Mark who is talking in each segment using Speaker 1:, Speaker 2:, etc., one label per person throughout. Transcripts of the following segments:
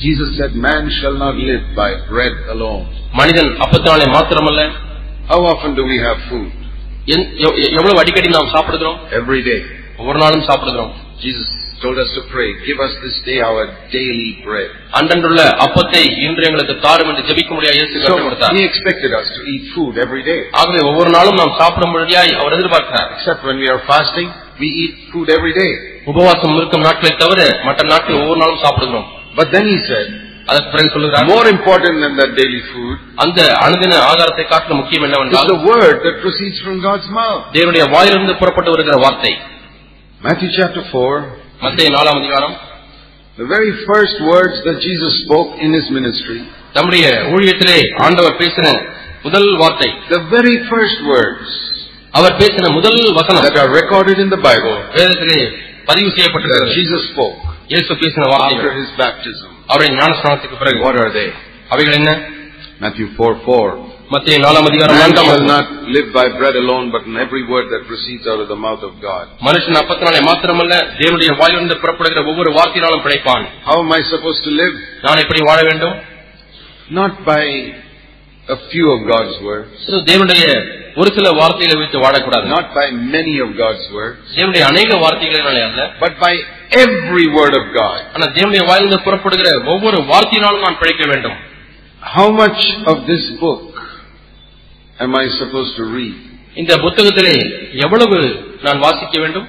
Speaker 1: Jesus said, Man shall not live by bread alone.
Speaker 2: மனிதன் அப்பத்தானே மாத்திரமல்ல
Speaker 1: How often do we have food?
Speaker 2: என்- எவ்- எவ்வளவு அடிக்கடி நாம் சாப்பிடுகிறோம்
Speaker 1: Every day.
Speaker 2: ஒவ்வொரு நாளும் சாப்பிடுகிறோம்
Speaker 1: Jesus told us to pray, Give us this day our daily bread.
Speaker 2: அன்றன்றுள்ள அப்பத்தை இன்று எங்களுக்கு தாரும் என்று ஜெபிக்கும்படியா இயேசு
Speaker 1: So
Speaker 2: கற்றுக் கொடுத்தார்
Speaker 1: he expected us to eat food every day.
Speaker 2: ஆகவே ஒவ்வொரு நாளும் நாம் சாப்பிடும்படியாய் அவர் எதிர்பார்க்கிறார்
Speaker 1: Except when we are fasting, we eat food every day.
Speaker 2: உபவாசம் இருக்கும் நாட்களை தவிர மற்ற நாட்கள் ஒவ்வொரு நாளும் சாப்பிடுகிறோம்
Speaker 1: But then he said,
Speaker 2: அதற்கு பிறகு சொல்லுகிறார்
Speaker 1: More important than that daily food
Speaker 2: அந்த அனுதின ஆகாரத்தை காட்டிலும் முக்கியம்
Speaker 1: is
Speaker 2: என்னவென்றால்
Speaker 1: the word that proceeds from God's mouth.
Speaker 2: தேவனுடைய வாயிலிருந்து புறப்பட்டு வருகிற வார்த்தை
Speaker 1: Matthew chapter 4,
Speaker 2: மத்திய நாலாம் அதிகாரம்
Speaker 1: the very first words that Jesus spoke in his ministry,
Speaker 2: நம்முடைய ஊழியத்திலே ஆண்டவர் பேசின முதல் வார்த்தை
Speaker 1: the very first words
Speaker 2: அவர் பேசின முதல் வசனம்
Speaker 1: that are recorded in the Bible
Speaker 2: வேதத்திலே பதிவு
Speaker 1: that
Speaker 2: செய்யப்பட்டிருக்கிறது
Speaker 1: Jesus spoke
Speaker 2: இயேசு பேசின
Speaker 1: after
Speaker 2: வார்த்தைகள்
Speaker 1: his baptism.
Speaker 2: அவருடைய ஞானஸ்நானத்துக்கு பிறகு
Speaker 1: What are they?
Speaker 2: அவைகள் என்ன
Speaker 1: Matthew 4 4.
Speaker 2: மத்திய நாலாம் அதிகாரம்
Speaker 1: Man
Speaker 2: நான்காம்
Speaker 1: shall
Speaker 2: வசனம்.
Speaker 1: not live by bread alone, but in every word that proceeds out of the mouth of God.
Speaker 2: மனுஷன் அப்பத்தினாலே மாத்திரமல்ல தேவனுடைய வாயிலிருந்து புறப்படுகிற ஒவ்வொரு வார்த்தையினாலும் பிழைப்பான்
Speaker 1: How am I supposed to live?
Speaker 2: நான் எப்படி வாழ வேண்டும்
Speaker 1: Not by a few of God's words,
Speaker 2: So, தேவனுடைய ஒரு சில வார்த்தைகளை வைத்து வாழக்கூடாது
Speaker 1: not by many of God's words,
Speaker 2: தேவனுடைய அநேக வார்த்தைகளினாலே அல்ல
Speaker 1: but by every word of God.
Speaker 2: ஆனா தேவனுடைய வாயிலிருந்து புறப்படுகிற ஒவ்வொரு வார்த்தையினாலும் நான் பிழைக்க வேண்டும்
Speaker 1: How much of this book am I supposed to read?
Speaker 2: இந்த புத்தகத்திலே எவ்வளவு நான் வாசிக்க வேண்டும்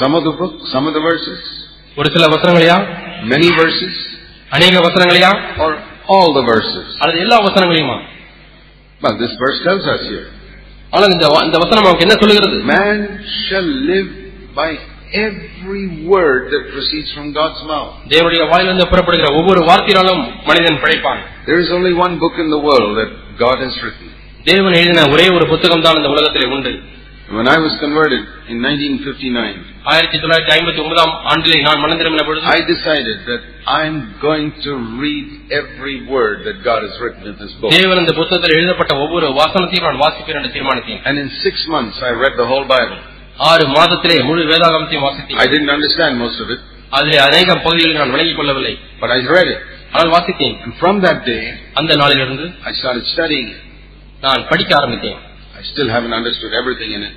Speaker 1: Some of the book, some of the verses,
Speaker 2: ஒரு சில வசனங்களையா
Speaker 1: many verses,
Speaker 2: அநேக வசனங்களையா
Speaker 1: or all the verses?
Speaker 2: அல்லது எல்லா வசனங்களையுமா
Speaker 1: Well, this verse tells us here
Speaker 2: ஆனால் இந்த வ- இந்த வசனம் நமக்கு என்ன சொல்லுகிறது
Speaker 1: man shall live by every word that proceeds from God's mouth.
Speaker 2: தேவனுடைய வாயிலிருந்து புறப்படுகிற ஒவ்வொரு வார்த்தையினாலும் மனிதன் பிழைப்பான்
Speaker 1: There is only one book in the world that God has written.
Speaker 2: தேவன் எழுதின ஒரே ஒரு புத்தகம் தான் இந்த உலகத்திலே உண்டு
Speaker 1: When I was converted in 1959,
Speaker 2: ஆயிரத்தி தொள்ளாயிரத்தி ஐம்பத்தி ஒன்பதாம் ஆண்டிலே நான் மனம் திரும்பின பொழுது
Speaker 1: I decided that I'm going to read every word that God has written in this book.
Speaker 2: தேவன் இந்த புத்தகத்தில் எழுதப்பட்ட ஒவ்வொரு வாசனத்தையும் நான் வாசிப்பேன் என்று தீர்மானித்தேன்
Speaker 1: And in six months, I read the whole Bible.
Speaker 2: ஆறு மாதத்திலே முழு வேதாகமத்தையும் வாசித்தேன்
Speaker 1: I didn't understand most of it,
Speaker 2: அதிலே அநேக பகுதிகளில் நான் விளங்கிக் கொள்ளவில்லை
Speaker 1: but I read it.
Speaker 2: ஆனால் வாசித்தேன்
Speaker 1: And from that day,
Speaker 2: அந்த நாளிலிருந்து
Speaker 1: I started studying it.
Speaker 2: நான் படிக்க ஆரம்பித்தேன்
Speaker 1: I still haven't understood everything in it,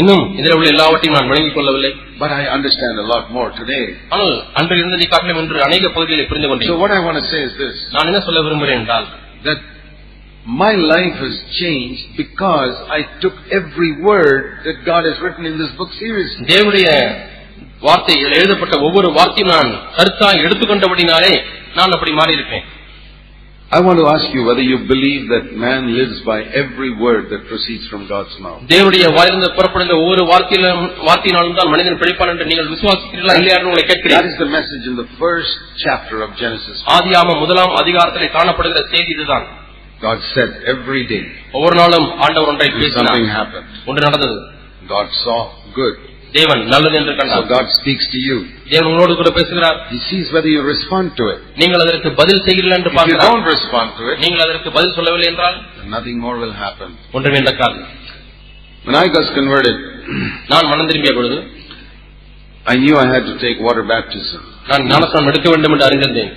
Speaker 2: இன்னும் இதில் உள்ள எல்லாவற்றையும் நான் விளங்கிக் கொள்ளவில்லை
Speaker 1: but I understand a lot more today.
Speaker 2: ஆனால் அன்றிலிருந்து நீ காட்டிலும் என்று அநேக பகுதிகளை புரிந்து
Speaker 1: So
Speaker 2: கொண்டேன்
Speaker 1: what I want to say is this,
Speaker 2: நான் என்ன சொல்ல விரும்புகிறேன் என்றால்
Speaker 1: that my life has changed because I took every word that God has written in this book seriously.
Speaker 2: தேவனுடைய வார்த்தை இதில் எழுதப்பட்ட ஒவ்வொரு வார்த்தையும் நான் கருத்தாக எடுத்துக்கொண்டபடினாலே நான் அப்படி மாறியிருப்பேன்
Speaker 1: I want to ask you whether you believe that man lives by every word that proceeds from God's mouth.
Speaker 2: தேவனுடைய வாயிலிருந்து புறப்படுகிற ஒவ்வொரு வார்த்தையிலும் வார்த்தையினாலும் தான் மனிதன் பிழைப்பான் என்று நீங்கள் விசுவாசிக்கிறீர்களா இல்லையா என்று உங்களை
Speaker 1: That
Speaker 2: கேட்கிறேன்
Speaker 1: is the message in the first chapter of Genesis.
Speaker 2: ஆதியாம முதலாம் அதிகாரத்திலே காணப்படுகிற செய்தி இதுதான்
Speaker 1: God said every day
Speaker 2: ஒவ்வொரு நாளும் ஆண்டவர் ஒன்றை
Speaker 1: something
Speaker 2: பேசினார்
Speaker 1: happened.
Speaker 2: ஒன்று நடந்தது
Speaker 1: God saw good.
Speaker 2: தேவன் நல்லது என்று
Speaker 1: So
Speaker 2: கண்டார்
Speaker 1: God speaks to you.
Speaker 2: தேவன் உங்களோடு கூட பேசுகிறார்
Speaker 1: He sees whether you respond to it.
Speaker 2: நீங்கள் அதற்கு பதில் செய்கிறீர்கள் என்று
Speaker 1: If you
Speaker 2: பார்க்கிறார்
Speaker 1: don't respond to it,
Speaker 2: நீங்கள் அதற்கு பதில் சொல்லவில்லை என்றால்
Speaker 1: then nothing more will happen.
Speaker 2: ஒன்றுமே நடக்காது
Speaker 1: When I was converted,
Speaker 2: நான் மனம் திரும்பிய பொழுது
Speaker 1: I knew I had to take water baptism.
Speaker 2: நான் ஞானஸ்நானம் எடுக்க வேண்டும் என்று அறிந்திருந்தேன்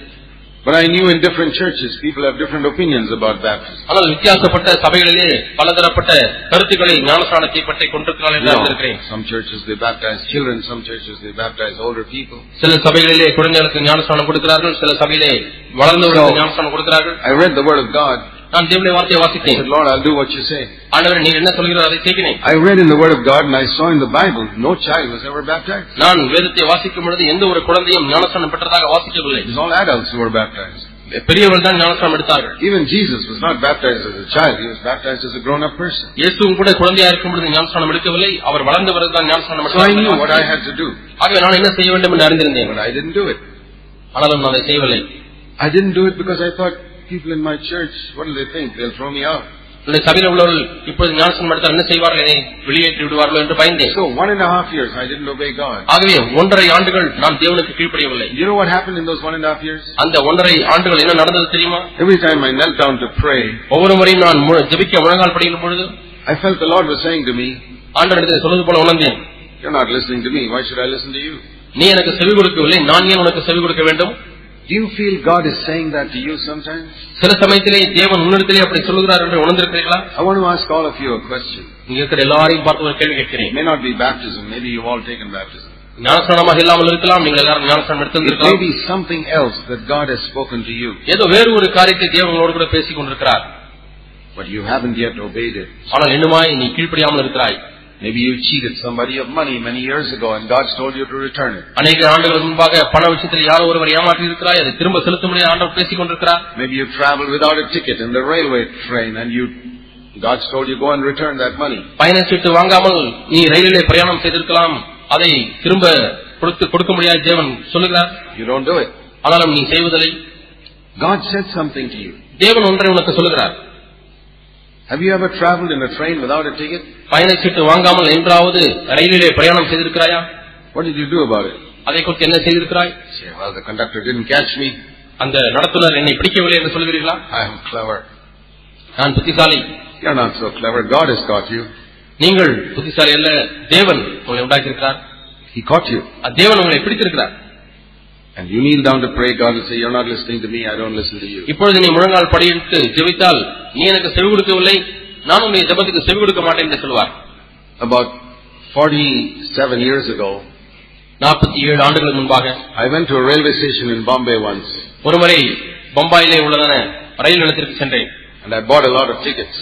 Speaker 1: But I knew in different churches people have different opinions about baptism.
Speaker 2: ஆனால் வித்தியாசப்பட்ட சபைகளிலே பலதரப்பட்ட கருத்துக்களை ஞானஸ்நானத்தை பற்றி
Speaker 1: You
Speaker 2: கொண்டிருக்கிறார்கள் என்று
Speaker 1: know,
Speaker 2: அறிந்திருக்கிறேன்
Speaker 1: some churches they baptize children, some churches they baptize older people.
Speaker 2: சில சபைகளிலே குழந்தைகளுக்கு ஞானஸ்நானம் கொடுக்கிறார்கள் சில சபையிலே வளர்ந்தவர்களுக்கு
Speaker 1: So-
Speaker 2: ஞானஸ்நானம் கொடுக்கிறார்கள்
Speaker 1: I read the Word of God.
Speaker 2: நான் தேவனுடைய வார்த்தையை
Speaker 1: I said,
Speaker 2: வாசித்தேன்
Speaker 1: Lord, I'll do what you say.
Speaker 2: ஆண்டவர் நீர் என்ன சொல்கிறோ அதை செய்கிறேன்
Speaker 1: I read in the Word of God and I saw in the Bible no child was ever baptized.
Speaker 2: நான் வேதத்தை வாசிக்கும் பொழுது எந்த ஒரு குழந்தையும் ஞானஸ்நானம் பெற்றதாக வாசிக்கவில்லை
Speaker 1: It was all adults who were baptized.
Speaker 2: பெரியவர்கள் தான் ஞானஸ்நானம் எடுத்தார்கள்
Speaker 1: Even Jesus was not baptized as a child, he was baptized as a grown up person.
Speaker 2: இயேசுவும் கூட குழந்தையா இருக்கும் பொழுது ஞானஸ்நானம் எடுக்கவில்லை அவர் வளர்ந்த பிறகு தான் ஞானஸ்நானம்
Speaker 1: So I knew what I
Speaker 2: எடுத்தார்
Speaker 1: had to do,
Speaker 2: ஆகவே நான் என்ன செய்ய வேண்டும் என்று அறிந்திருந்தேன்
Speaker 1: but I didn't do it.
Speaker 2: ஆனாலும் நான் அதை செய்யவில்லை
Speaker 1: I didn't do it because I thought people in my church, what do they think? They'll throw me out.
Speaker 2: என்னுடைய சபையில் உள்ளவர்கள் இப்பொழுது ஞானஸ்நானம் எடுத்தால் என்ன செய்வார்கள் என்னை வெளியேற்றி விடுவார்களோ என்று பயந்தேன்
Speaker 1: So one and a half years I didn't obey God.
Speaker 2: ஆகவே ஒன்றரை ஆண்டுகள் நான் தேவனுக்கு கீழ்ப்படியவில்லை
Speaker 1: You know what happened in those one and a half years?
Speaker 2: அந்த ஒன்றரை ஆண்டுகள் என்ன நடந்தது தெரியுமா
Speaker 1: Every time I knelt down to pray,
Speaker 2: ஒவ்வொரு முறையும் நான் மு- ஜெபிக்க முழங்கால் படிக்கும் பொழுது
Speaker 1: I felt the Lord was saying to me,
Speaker 2: ஆண்டவரத்தை சொல்வது போல உணர்ந்தேன்
Speaker 1: You're not listening to me, why should I listen to you?
Speaker 2: நீ எனக்கு செவி கொடுக்கவில்லை நான் ஏன் உனக்கு செவி கொடுக்க வேண்டும்
Speaker 1: Do you feel God is saying that to you sometimes?
Speaker 2: சில சமயத்திலே தேவன் உன்னிடத்திலே அப்படி சொல்லுகிறார் என்று உணர்ந்திருக்கிறீர்களா
Speaker 1: I want to ask all of you a question.
Speaker 2: இங்க இருக்கிற எல்லாரையும் பார்த்து ஒரு கேள்வி
Speaker 1: It
Speaker 2: கேட்கிறேன்
Speaker 1: may not be baptism, maybe you've all taken baptism.
Speaker 2: ஞானஸ்நானமாக இல்லாமல் இருக்கலாம் நீங்கள் எல்லாரும் ஞானஸ்நானம்
Speaker 1: It may
Speaker 2: எடுத்திருக்கலாம்
Speaker 1: be something else that God has spoken to you,
Speaker 2: ஏதோ வேறு ஒரு காரியத்தை தேவனோடு கூட பேசிக் கொண்டிருக்கிறார்
Speaker 1: but you haven't yet obeyed it.
Speaker 2: ஆனால் இன்னுமாய் நீ கீழ்ப்படியாமல் இருக்கிறாய்
Speaker 1: Maybe you cheated somebody of money many years ago and God's told you to return it.
Speaker 2: அநேக ஆண்டுகள் முன்பாக பண விஷயத்தில் யாரோ ஒருவர் ஏமாற்றி இருக்கிறாய் அதை திரும்ப செலுத்தும்படி ஆண்டவர் பேசிக் கொண்டிருக்கிறார்
Speaker 1: Maybe you traveled without a ticket in the railway train and you, God's told you go and return that money.
Speaker 2: பயணச்சீட்டு வாங்காமல் நீ ரயிலிலே பிரயாணம் செய்திருக்கலாம் அதை திரும்ப கொடுத்து கொடுக்க முடியாது தேவன் சொல்லுகிறார்
Speaker 1: You don't do it.
Speaker 2: ஆனாலும் நீ செய்வதில்லை
Speaker 1: God said something to you.
Speaker 2: தேவன் ஒன்றை உனக்கு சொல்லுகிறார்
Speaker 1: Have you ever traveled in a train without a ticket?
Speaker 2: பயணச்சீட்டு வாங்காமல் என்றாவது ரயிலிலே பிரயாணம் செய்திருக்கிறாயா
Speaker 1: What did you do about it?
Speaker 2: அதை குறித்து என்ன செய்திருக்கிறாய்
Speaker 1: Say, well, the conductor didn't catch me.
Speaker 2: அந்த நடத்துனர் என்னை பிடிக்கவில்லை என்று சொல்கிறீர்களா
Speaker 1: I am clever.
Speaker 2: நான் புத்திசாலி
Speaker 1: You're not so clever. God has caught you.
Speaker 2: நீங்கள் புத்திசாலி அல்ல தேவன் உங்களை உண்டாக்கியிருக்கிறார்
Speaker 1: He caught you.
Speaker 2: அந்த தேவன் உங்களை பிடித்திருக்கிறார்
Speaker 1: And you kneel down to pray, God will say, You're not listening to me, I don't listen to you.
Speaker 2: இப்பொழுது நீ முழங்கால் படியிட்டு ஜெபித்தால் நீ எனக்கு செவி கொடுக்கவில்லை நான் உன்னுடைய ஜெபத்துக்கு செவி கொடுக்க மாட்டேன் என்று சொல்வார்
Speaker 1: About 47 years ago,
Speaker 2: நாற்பத்தி ஏழு ஆண்டுகள் முன்பாக
Speaker 1: I went to a railway station in Bombay once,
Speaker 2: ஒருமுறை பம்பாயிலே உள்ளதான ரயில் நிலையத்திற்கு சென்றேன்
Speaker 1: and I bought a lot of tickets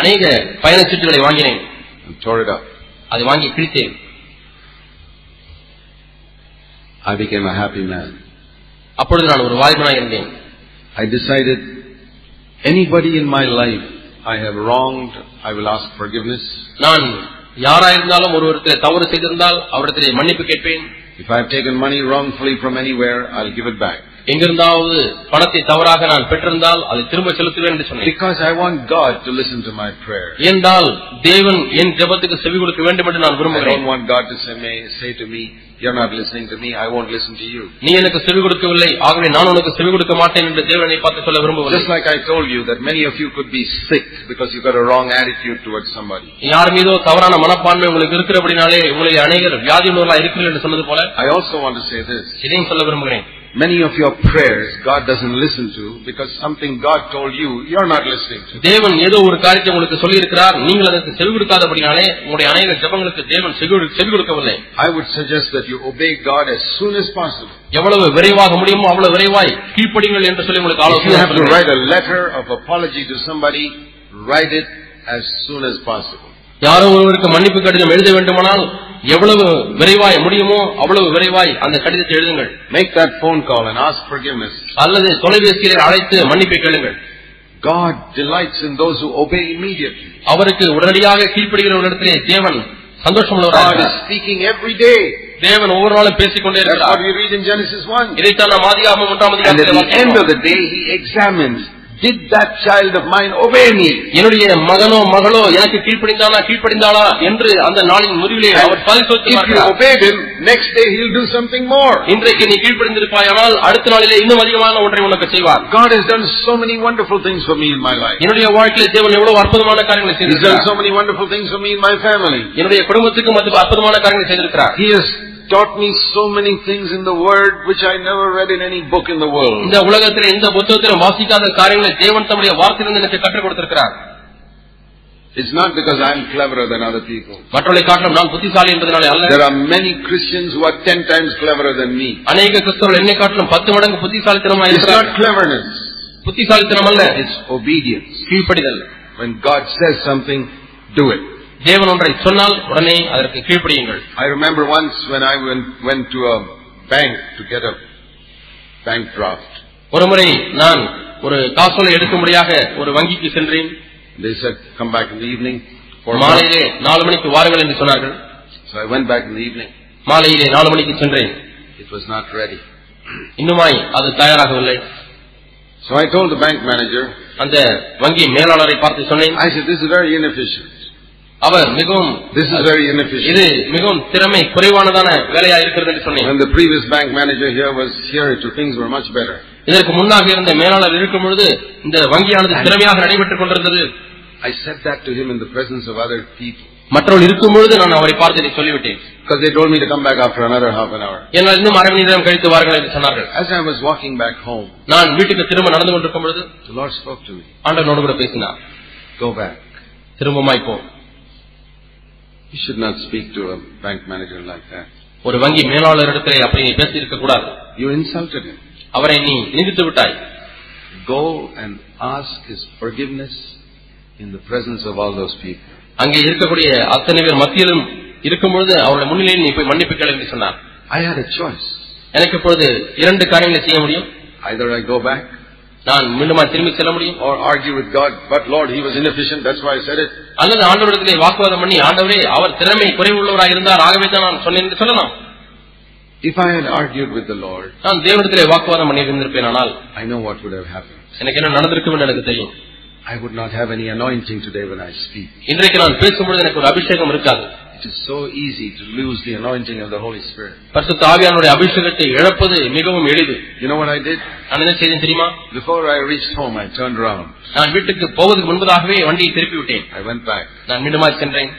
Speaker 2: அநேக பயணச்சீட்டுகளை வாங்கினேன்
Speaker 1: and tore it up.
Speaker 2: அதை வாங்கி கிழித்தேன்
Speaker 1: I became a happy man.
Speaker 2: அப்பொழுது நான் ஒரு வாலிபனாக இருந்தேன்
Speaker 1: I decided, anybody in my life I have wronged, I will ask forgiveness.
Speaker 2: நான் யாரா இருந்தாலும் ஒருவரத்தில் தவறு செய்திருந்தால் அவரிடத்திலே மன்னிப்பு கேட்பேன்
Speaker 1: If I have taken money wrongfully from anywhere, I'll give it back.
Speaker 2: எங்கிருந்தாவது பணத்தை தவறாக நான் பெற்றிருந்தால் அதை திரும்ப செலுத்துவேன் என்று சொன்னேன்
Speaker 1: Because I want God to listen to my prayer.
Speaker 2: ஏனென்றால் தேவன் என் ஜெபத்துக்கு செவி கொடுக்க வேண்டும் என்று நான்
Speaker 1: I
Speaker 2: விரும்புகிறேன்
Speaker 1: don't want God to say, may, say to me, You're not listening to me, I won't listen to you.
Speaker 2: நீ எனக்கு செவி கொடுக்கவில்லை ஆகவே நான் உனக்கு செவி கொடுக்க மாட்டேன் என்று தேவனை பார்த்து சொல்ல
Speaker 1: Just
Speaker 2: விரும்பவில்லை
Speaker 1: like I told you that many of you could be sick because you got a wrong attitude towards somebody.
Speaker 2: யார் மீதோ தவறான மனப்பான்மை உங்களுக்கு இருக்கிறபடினாலே உங்களை அநேகர் வியாதியுள்ளவர்களா இருக்கிறீர்கள் என்று சொன்னது போல
Speaker 1: I also want to say this.
Speaker 2: இதையும் சொல்ல விரும்புகிறேன்
Speaker 1: Many of your prayers God doesn't listen to because something God told you, you're not listening to.
Speaker 2: தேவன் ஏதோ ஒரு காரியத்தை உங்களுக்கு சொல்லியிருக்கிறார் நீங்கள் அதற்கு செவி கொடுக்காதபடினாலே உங்களுடைய அநேக ஜெபங்களுக்கு தேவன் செவி கொடு- செவி கொடுக்கவில்லை
Speaker 1: I would suggest that you obey God as soon as possible.
Speaker 2: எவ்வளவு விரைவாக முடியுமோ அவ்வளவு விரைவாய் கீழ்ப்படிங்கள் என்று சொல்லி உங்களுக்கு
Speaker 1: If you
Speaker 2: ஆலோசனை
Speaker 1: have to
Speaker 2: சொல்கிறேன்.
Speaker 1: write a letter of apology to somebody, write it as soon as possible.
Speaker 2: யாரோ ஒருவருக்கு மன்னிப்பு கடிதம் எழுத வேண்டுமானால் எவ்வளவு விரைவாய் முடியுமோ அவ்வளவு விரைவாய் அந்த கடிதத்தை எழுதுங்கள்
Speaker 1: Make that phone call and ask forgiveness.
Speaker 2: அல்லது தொலைபேசியிலே அழைத்து மன்னிப்பை கேளுங்கள்
Speaker 1: God delights in those who obey immediately.
Speaker 2: அவருக்கு உடனடியாக கீழ்ப்படுகிறவர்களிடத்திலே தேவன் சந்தோஷம் உள்ளவராக
Speaker 1: God
Speaker 2: இருக்கிறார்.
Speaker 1: is speaking every day.
Speaker 2: தேவன் ஒவ்வொரு நாளும் பேசிக்கொண்டே
Speaker 1: That's what
Speaker 2: இருக்கிறார்
Speaker 1: we read in Genesis 1.
Speaker 2: இதைத்தான் நாம் ஆதியாகமம் ஒன்றாம்
Speaker 1: And at
Speaker 2: அதிகாரத்திலே
Speaker 1: the end of
Speaker 2: வாசிக்கிறோம்.
Speaker 1: the day, he examines, did that child of mine obey me?
Speaker 2: என்னுடைய மகனோ மகளோ எனக்கு கீழ்ப்படிந்தானா கீழ்ப்படிந்தாளா என்று அந்த நாளின் முடிவிலே
Speaker 1: And
Speaker 2: அவர் பரிசோதித்து
Speaker 1: if you
Speaker 2: பார்க்கிறார்.
Speaker 1: obeyed him, next day he'll do something more.
Speaker 2: இன்றைக்கு நீ கீழ்ப்படிந்திருப்பாயானால் அடுத்த நாளிலே இன்னும் அதிகமான ஒன்றை உனக்கு செய்வார்
Speaker 1: God has done so many wonderful things for me in my life.
Speaker 2: என்னுடைய வாழ்க்கையிலே தேவன் எவ்வளவு அற்புதமான காரியங்களை
Speaker 1: He's done
Speaker 2: செய்திருக்கிறார்
Speaker 1: so many wonderful things for me in my family.
Speaker 2: என்னுடைய குடும்பத்துக்கும் அது அற்புதமான காரியங்களை செய்திருக்கிறார்
Speaker 1: He has taught me so many things in the Word which I never read in any book in the world.
Speaker 2: இந்த உலகத்தில் எந்த புத்தகத்திலும் வாசிக்காத காரியங்களை தேவன் தம்முடைய வார்த்தையிலிருந்து எனக்கு கற்றுக் கொடுத்திருக்கிறார்
Speaker 1: It's not because I'm cleverer than other people.
Speaker 2: மற்றவர்களை காட்டிலும் நான் புத்திசாலி என்பதனாலே அல்ல
Speaker 1: There are many Christians who are ten times cleverer than me.
Speaker 2: அநேக கிறிஸ்தவர்கள் என்னை காட்டிலும் பத்து மடங்கு புத்திசாலித்தனமாக
Speaker 1: It's
Speaker 2: இருக்கிறார்
Speaker 1: not cleverness,
Speaker 2: புத்திசாலித்தனம் அல்ல
Speaker 1: it's obedience.
Speaker 2: கீழ்ப்படிதல்
Speaker 1: When God says something, do it.
Speaker 2: தேவன் ஒன்றை சொன்னால் உடனே அதற்கு கீழ்ப்படியுங்கள்
Speaker 1: I remember once when I went, went to a bank to get a bank draft.
Speaker 2: ஒருமுறை நான் ஒரு காசோலை எடுக்கும்படியாக ஒரு வங்கிக்கு சென்றேன்
Speaker 1: They said, come back in the evening for a month.
Speaker 2: மாலையிலே நாலு மணிக்கு வாருங்கள் என்று சொன்னார்கள்
Speaker 1: So I went back in the evening.
Speaker 2: மாலையிலே நாலு மணிக்கு சென்றேன்
Speaker 1: It was not ready.
Speaker 2: இன்னுமாய் அது தயாராகவில்லை
Speaker 1: So I told the bank manager,
Speaker 2: அந்த வங்கி மேலாளரை பார்த்து சொன்னேன்
Speaker 1: I said, this is very inefficient.
Speaker 2: அவர் மிகவும்
Speaker 1: This is very inefficient.
Speaker 2: இது மிகவும் திறமை குறைவானதான வேலையா இருக்கிறது என்று சொன்னேன்
Speaker 1: When the previous bank manager here was here, it, things were much better.
Speaker 2: இதற்கு முன்னாக இருந்த மேலாளர் இருக்கும் பொழுது இந்த வங்கியானது திறமையாக நடைபெற்றுக் கொண்டிருந்தது
Speaker 1: I said that to him in the presence of other people.
Speaker 2: மற்றவர்கள் இருக்கும் பொழுது நான் அவரை பார்த்து இதை சொல்லிவிட்டேன்
Speaker 1: because they told me to come back after another half an hour.
Speaker 2: என்னால் இன்னும் அரை மணி நேரம் கழித்து வாருங்கள் என்று சொன்னார்கள்
Speaker 1: As I was walking back home,
Speaker 2: நான் வீட்டுக்கு திரும்ப நடந்து கொண்டிருக்கும் பொழுது
Speaker 1: the Lord spoke to me,
Speaker 2: ஆண்டவனோடு கூட பேசினார்
Speaker 1: go back.
Speaker 2: திரும்பமாய் போ
Speaker 1: You should not speak to a bank manager like that.
Speaker 2: ஒரு வங்கி மேலாளரிடத்திலே அப்படி நீ பேசியிருக்க கூடாது
Speaker 1: You insulted him.
Speaker 2: அவரை நீ நிந்தித்து விட்டாய்
Speaker 1: Go and ask his forgiveness in the presence of all those people.
Speaker 2: அங்கே இருக்கக்கூடிய அத்தனை பேர் மத்தியிலும் இருக்கும் பொழுது அவருடைய முன்னிலையில் நீ போய் மன்னிப்பு கேள் என்று சொன்னார்
Speaker 1: I had a choice.
Speaker 2: எனக்கு இப்பொழுது இரண்டு காரியங்களை செய்ய முடியும்
Speaker 1: Either I go back
Speaker 2: நான் மீண்டுமா திரும்பி செல்ல முடியும்
Speaker 1: or argue with God, but Lord, he was inefficient, that's why I said it.
Speaker 2: அல்லது ஆண்டவரிடத்திலே வாக்குவாதம் பண்ணி ஆண்டவரே அவர் திறமை குறைவுள்ளவராக இருந்தார் ஆகவே தான் நான் சொன்னேன் என்று சொல்லலாம்
Speaker 1: If I had argued with the Lord,
Speaker 2: நான் தேவனிடத்திலே வாக்குவாதம் பண்ணி இருந்திருப்பேன் ஆனால்
Speaker 1: I know what would have happened.
Speaker 2: எனக்கு என்ன நடந்திருக்கும் என்று எனக்கு தெரியும்
Speaker 1: I would not have any anointing today when I speak.
Speaker 2: இன்றைக்கு நான் பேசும்பொழுது எனக்கு ஒரு அபிஷேகம் இருக்காது
Speaker 1: It is so easy to lose the anointing of the Holy Spirit.
Speaker 2: பரிசுத்த ஆவியானுடைய அபிஷேகத்தை இழப்பது மிகவும் எளிது
Speaker 1: You know what I did?
Speaker 2: நான் என்ன செய்தேன் தெரியுமா
Speaker 1: Before I reached home, I turned around.
Speaker 2: நான் வீட்டுக்கு போவதற்கு முன்பதாகவே வண்டியை திருப்பி விட்டேன்
Speaker 1: I went back
Speaker 2: நான் மீண்டுமா சென்றேன்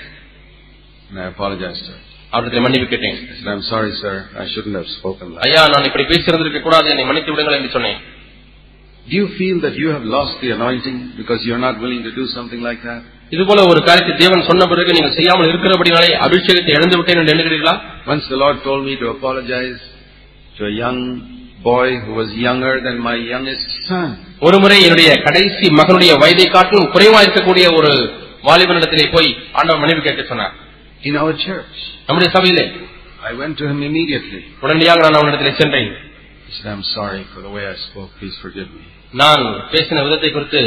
Speaker 1: and I apologized to her.
Speaker 2: அவரிடத்தில் மன்னிப்பு கேட்டேன்
Speaker 1: I said, I'm sorry, sir. I shouldn't have spoken like
Speaker 2: ஐயா நான் இப்படி பேசியிருந்திருக்க கூடாது என்னை மன்னித்து விடுங்கள் என்று சொன்னேன்
Speaker 1: that. Do you feel that you have lost the anointing because you're not willing to do something like that?
Speaker 2: இது போல ஒரு காரியத்தை தேவன் சொன்ன பிறகு நீங்கள் செய்யாமல் இருக்கிறபடினாலே அபிஷேகத்தை இழந்து விட்டேன் என்று எண்ணுகிறீர்களா
Speaker 1: Once the Lord told me to apologize to a young boy who was younger than my youngest son.
Speaker 2: ஒருமுறை என்னுடைய கடைசி மகனுடைய வயதை காட்டிலும் குறைவா இருக்கக்கூடிய ஒரு வாலிபனிடத்திலே போய் ஆண்டவர் மனைவி கேட்க சொன்னார்
Speaker 1: In our church,
Speaker 2: நம்முடைய சபையிலே
Speaker 1: I went to him immediately.
Speaker 2: உடனடியாக நான் அவனிடத்திலே சென்றேன்
Speaker 1: I said, I'm sorry for the way I spoke. Please forgive me.
Speaker 2: நான் பேசின விதத்தை குறித்து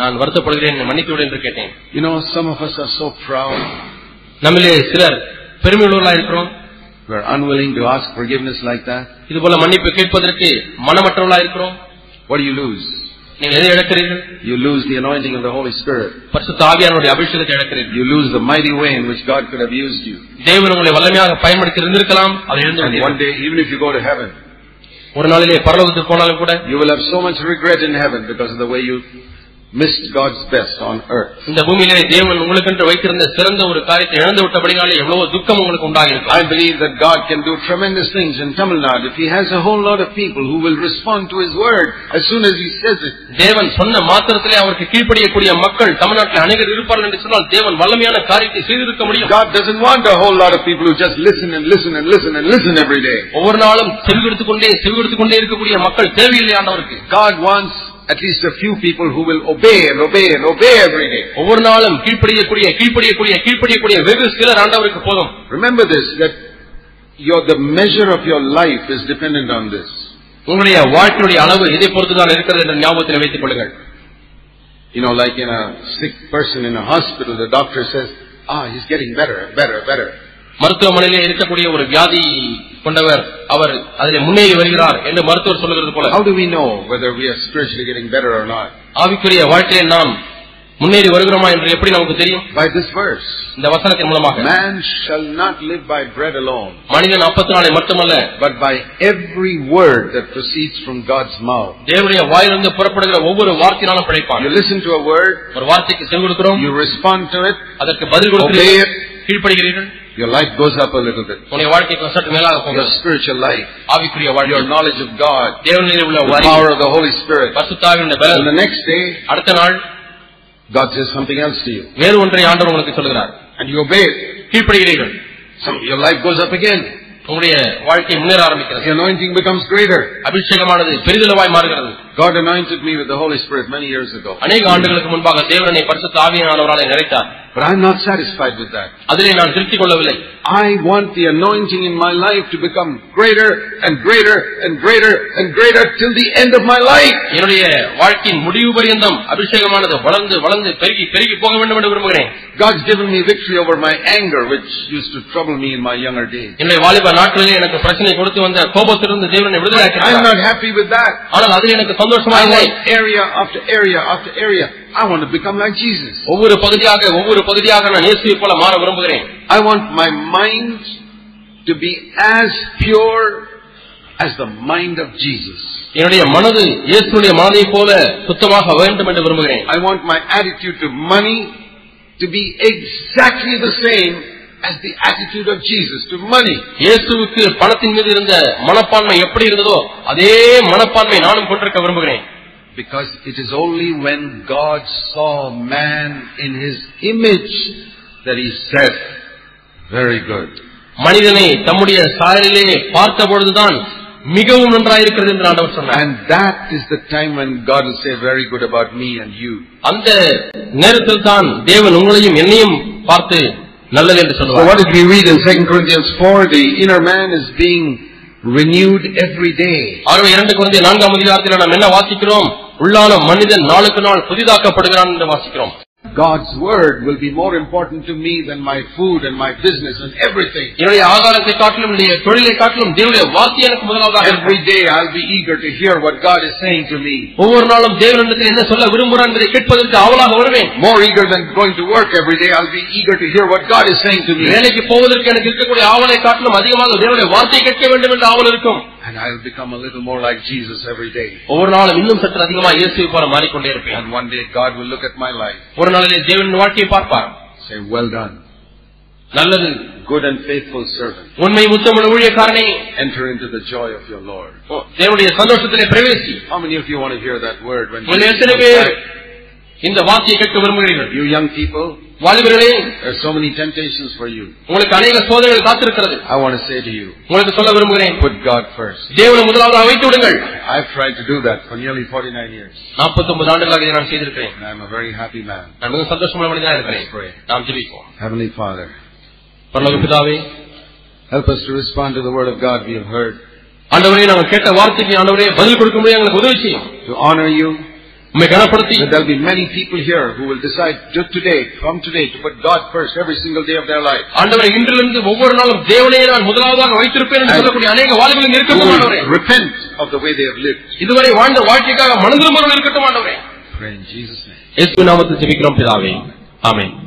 Speaker 2: நான் வருத்தப்படுகிறேன் என்னை மன்னித்து விடு என்று கேட்டேன்
Speaker 1: You know, some of us are so proud.
Speaker 2: நம்மிலே சிலர் பெருமையுள்ளவர்களா இருக்கிறோம்
Speaker 1: We're unwilling to ask forgiveness like that.
Speaker 2: இது போல மன்னிப்பு கேட்பதற்கு மனமற்றவர்களா இருக்கிறோம்
Speaker 1: What do you lose?
Speaker 2: நீங்கள் எதை இழக்கிறீர்கள்
Speaker 1: You lose the anointing of the Holy Spirit.
Speaker 2: பரிசுத்த ஆவியானுடைய அபிஷேகத்தை இழக்கிறீர்கள்
Speaker 1: You lose the mighty way in which God could have used you.
Speaker 2: தேவன் உங்களை வல்லமையாக பயன்படுத்தி இருந்திருக்கலாம் அதை இழந்து
Speaker 1: And one
Speaker 2: விட்டீர்கள்.
Speaker 1: day, even if you go to heaven,
Speaker 2: ஒரு நாளிலே பரலோகத்துக்கு போனாலும் கூட
Speaker 1: you will have so much regret in heaven because of the way you missed God's best on earth.
Speaker 2: இந்த பூமியிலே தேவன் உங்களுக்கென்று வைத்திருந்த சிறந்த ஒரு காரியத்தை இழந்து விட்டபடினாலே எவ்வளவு துக்கம் உங்களுக்கு
Speaker 1: I
Speaker 2: உண்டாகிருக்கும்
Speaker 1: believe that God can do tremendous things in Tamil Nadu if He has a whole lot of people who will respond to His word as soon as He says it.
Speaker 2: தேவன் சொன்ன மாத்திரத்திலே அவருக்கு கீழ்ப்படியக்கூடிய மக்கள் தமிழ்நாட்டில் அநேகர் இருப்பார்கள் என்று சொன்னால் தேவன் வல்லமையான காரியத்தை செய்திருக்க முடியும்
Speaker 1: God doesn't want a whole lot of people who just listen and listen and listen and listen every day.
Speaker 2: ஒவ்வொரு நாளும் செவிகெடுத்துக் கொண்டே செவிகெடுத்துக் கொண்டே இருக்கக்கூடிய மக்கள் தேவையில்லை ஆண்டவருக்கு
Speaker 1: God wants at least a few people who will obey and obey and obey every day.
Speaker 2: ஒவ்வொரு நாளும் கீழ்ப்படியக்கூடிய கீழ்ப்படியக்கூடிய கீழ்ப்படியக்கூடிய வெகு சிலர் ஆண்டவருக்கு போதும்
Speaker 1: Remember this that your the measure of your life is dependent on this.
Speaker 2: உங்களுடைய வாழ்க்கையுடைய அளவு இதை பொறுத்துதான் இருக்கிறது என்ற ஞாபகத்தில் வைத்துக் கொள்ளுங்கள்
Speaker 1: You know, like in a sick person in a hospital, the doctor says, Ah, he's getting better, better, better.
Speaker 2: மருத்துவமனையிலே இருக்கக்கூடிய ஒரு வியாதி கொண்டவர் அவர் அதிலே முன்னேறி வருகிறார் என்று மருத்துவர் சொல்லுகிறது போல
Speaker 1: How do we know whether we are spiritually getting better or not?
Speaker 2: ஆவிக்குரிய வாழ்க்கையை நாம் முன்னேறி வருகிறோமா என்று எப்படி நமக்கு தெரியும்
Speaker 1: By this verse.
Speaker 2: இந்த வசனத்தின் மூலமாக
Speaker 1: Man shall not live by bread alone,
Speaker 2: மனிதன் அப்பத்து நாளை மட்டுமல்ல
Speaker 1: but by every word that proceeds from God's mouth.
Speaker 2: தேவனுடைய வாயிலிருந்து புறப்படுகிற ஒவ்வொரு வார்த்தையினாலும் பிழைப்பான்
Speaker 1: You listen to a word,
Speaker 2: ஒரு வார்த்தைக்கு செவி கொடுக்கிறோம்
Speaker 1: you respond to it,
Speaker 2: அதற்கு பதில்
Speaker 1: Obey
Speaker 2: கொடுக்கிறீர்கள்
Speaker 1: it.
Speaker 2: கீழ்ப்படுகிறீர்கள்
Speaker 1: your life goes up a little bit.
Speaker 2: உன்னுடைய வாழ்க்கைக்கு சற்று மேலாக
Speaker 1: Your
Speaker 2: போகிறது
Speaker 1: spirituடைய life,
Speaker 2: ஆவிக்குரிய
Speaker 1: your
Speaker 2: வாழ்க்கை
Speaker 1: knowledge of God,
Speaker 2: தேவனிலே உள்ள
Speaker 1: the
Speaker 2: வரி
Speaker 1: power of the Holy Spirit.
Speaker 2: பசுத்தாவினுடைய
Speaker 1: And the
Speaker 2: பலன்
Speaker 1: next day,
Speaker 2: அடுத்த நாள்
Speaker 1: God says something else to you.
Speaker 2: வேறு ஒன்றை ஆண்டவர் உங்களுக்கு சொல்லுகிறார்
Speaker 1: And you obey it.
Speaker 2: கீழ்ப்படுகிறீர்கள்
Speaker 1: So your life goes up again.
Speaker 2: உங்களுடைய வாழ்க்கை முன்னேற ஆரம்பிக்கிறது
Speaker 1: The anointing becomes greater.
Speaker 2: அபிஷேகமானது பெரிதளவாய் மாறுகிறது
Speaker 1: God anointed me with the Holy Spirit many years ago.
Speaker 2: அநேக ஆண்டுகளுக்கு முன்பாக தேவனை பரிசுத்த ஆவியானவராலே நிறைத்தார்
Speaker 1: But I'm not satisfied with that.
Speaker 2: அதிலே நான் திருப்தி கொள்ளவில்லை
Speaker 1: I want the anointing in my life to become greater and greater and greater and greater till the end of my life.
Speaker 2: என்னுடைய வாழ்க்கையின் முடிவு பரியந்தம் அபிஷேகமானது வளர்ந்து வளர்ந்து பெருகி பெருகி போக வேண்டும் என்று விரும்புகிறேன்
Speaker 1: God's given me victory over my anger, which used to trouble me in my younger days.
Speaker 2: என்னுடைய வாலிப நாட்களிலே எனக்கு பிரச்சனை கொடுத்து வந்த கோபத்திலிருந்து தேவனை
Speaker 1: I'm
Speaker 2: விடுதலை
Speaker 1: not happy with that.
Speaker 2: ஆனால் அதில் எனக்கு சந்தோஷமா
Speaker 1: I
Speaker 2: இல்லை
Speaker 1: want area after area after area. I want to become like Jesus.
Speaker 2: ஒவ்வொரு பகுதியாக ஒவ்வொரு பகுதியாக நான் இயேசுவை போல மாற விரும்புகிறேன்
Speaker 1: I want my mind to be as pure as the mind of Jesus.
Speaker 2: என்னுடைய மனது இயேசுடைய மனதை போல சுத்தமாக வேண்டும் என்று விரும்புகிறேன்
Speaker 1: I want my attitude to money to be exactly the same as the attitude of Jesus to money.
Speaker 2: இயேசுவுக்கு பணத்தின் மீது இருந்த மனப்பான்மை எப்படி இருந்ததோ அதே மனப்பான்மை நானும் கொண்டிருக்க விரும்புகிறேன்
Speaker 1: Because it is only when God saw man in his image that he said, Very good.
Speaker 2: மனிதனை தம்முடைய சாயலிலே பார்த்த பொழுதுதான் மிகவும் நன்றாயிருக்கிறது என்று ஆண்டவர் சொன்னார்
Speaker 1: And that is the time when God will say, Very good about me and you.
Speaker 2: அந்த நேரத்தில் தான் தேவன் உங்களையும் என்னையும் பார்த்து நல்லது என்று
Speaker 1: So
Speaker 2: சொல்லுவார்
Speaker 1: what did we read in 2 Corinthians 4? The inner man is being renewed every day.
Speaker 2: ஆகவே இரண்டு குழந்தை நான்காம் அதிகாரத்தில் நாம் என்ன வாசிக்கிறோம் உள்ளான மனிதன் நாளுக்கு நாள் புதிதாக்கப்படுகிறான் என்று வாசிக்கிறோம்
Speaker 1: God's word will be more important to me than my food and my business and everything.
Speaker 2: என்னுடைய ஆகாரத்தை காட்டிலும் என்னுடைய தொழிலை காட்டிலும் தேவனுடைய வார்த்தை எனக்கு முதலாவதாக இருக்கும்.
Speaker 1: Every day I'll be eager to hear what God is saying to me.
Speaker 2: ஒவ்வொரு நாளும் தேவனிடத்தில் என்ன சொல்ல விரும்புகிறான் என்பதை கேட்பதற்கு ஆவலாக வருவேன்
Speaker 1: More eager than going to work every day, I'll be eager to hear what God is saying to me.
Speaker 2: வேலைக்கு போவதற்கு எனக்கு இருக்கக்கூடிய ஆவலை காட்டிலும் அதிகமாக தேவனுடைய வார்த்தையை கேட்க வேண்டும் என்ற ஆவல் இருக்கும்
Speaker 1: And I'll become a little more like Jesus every day.
Speaker 2: ஒவ்வொரு நாளும் இன்னும் சற்று அதிகமாக இயேசுவை போல மாறிக்கொண்டே இருப்பேன்
Speaker 1: And one day God will look at my life,
Speaker 2: ஒரு நாளிலே தேவனின் வாழ்க்கையை பார்ப்பார்
Speaker 1: say, Well done,
Speaker 2: நல்லது
Speaker 1: good and faithful servant.
Speaker 2: உண்மை முத்தமிழ் ஊழியக்காரனே
Speaker 1: Enter into the joy of your Lord.
Speaker 2: தேவனுடைய சந்தோஷத்திலே பிரவேசி
Speaker 1: How many of you want to hear that word when
Speaker 2: உங்கள்
Speaker 1: Jesus
Speaker 2: எத்தனை
Speaker 1: comes
Speaker 2: பேர்
Speaker 1: back?
Speaker 2: இந்த வார்த்தையை கேட்க விரும்புகிறீர்கள்
Speaker 1: You young people,
Speaker 2: வாலிபர்களே
Speaker 1: there are so many temptations for you.
Speaker 2: உங்களுக்கு அநேக சோதனைகள் காத்திருக்கிறது
Speaker 1: I want to say to you,
Speaker 2: உங்களுக்கு சொல்ல விரும்புகிறேன்
Speaker 1: put God first.
Speaker 2: தேவனை முதலாவதாக வைத்து விடுங்கள்
Speaker 1: I've tried to do that for nearly 49 years,
Speaker 2: 49 ஆண்டுகளாக இதை நான் செய்திருக்கிறேன்
Speaker 1: and I'm a very happy man.
Speaker 2: நான் மிகவும் சந்தோஷமான மனிதனாக
Speaker 1: Let's pray.
Speaker 2: இருக்கிறேன் நாம் ஜெபிப்போம்
Speaker 1: Heavenly Father,
Speaker 2: பரலோக பிதாவே
Speaker 1: help us to respond to the word of God we have heard,
Speaker 2: ஆண்டவரே நாங்கள் கேட்ட வார்த்தைக்கு ஆண்டவரே பதில் கொடுக்க முடியும் எங்களுக்கு உதவி செய்யும்
Speaker 1: to honor you,
Speaker 2: உண்மை கனப்படுத்தி
Speaker 1: that there'll be many people here who will decide to today, from today, to put God first every single day of their life.
Speaker 2: ஆண்டவரே இன்றிலிருந்து ஒவ்வொரு நாளும் தேவனையே நான் முதலாவதாக வைத்திருப்பேன் என்று சொல்லக்கூடிய அநேக வாலிபர்கள்
Speaker 1: Who
Speaker 2: இருக்கட்டும்
Speaker 1: will
Speaker 2: ஆண்டவரே
Speaker 1: repent of the way they have lived.
Speaker 2: இதுவரை வாழ்ந்த வாழ்க்கைக்காக மனதிரும்பவர்கள் இருக்கட்டும் ஆண்டவரே
Speaker 1: Pray in Jesus' name.
Speaker 2: இயேசு நாமத்தில் ஜெபிக்கிறோம் பிதாவே ஆமென்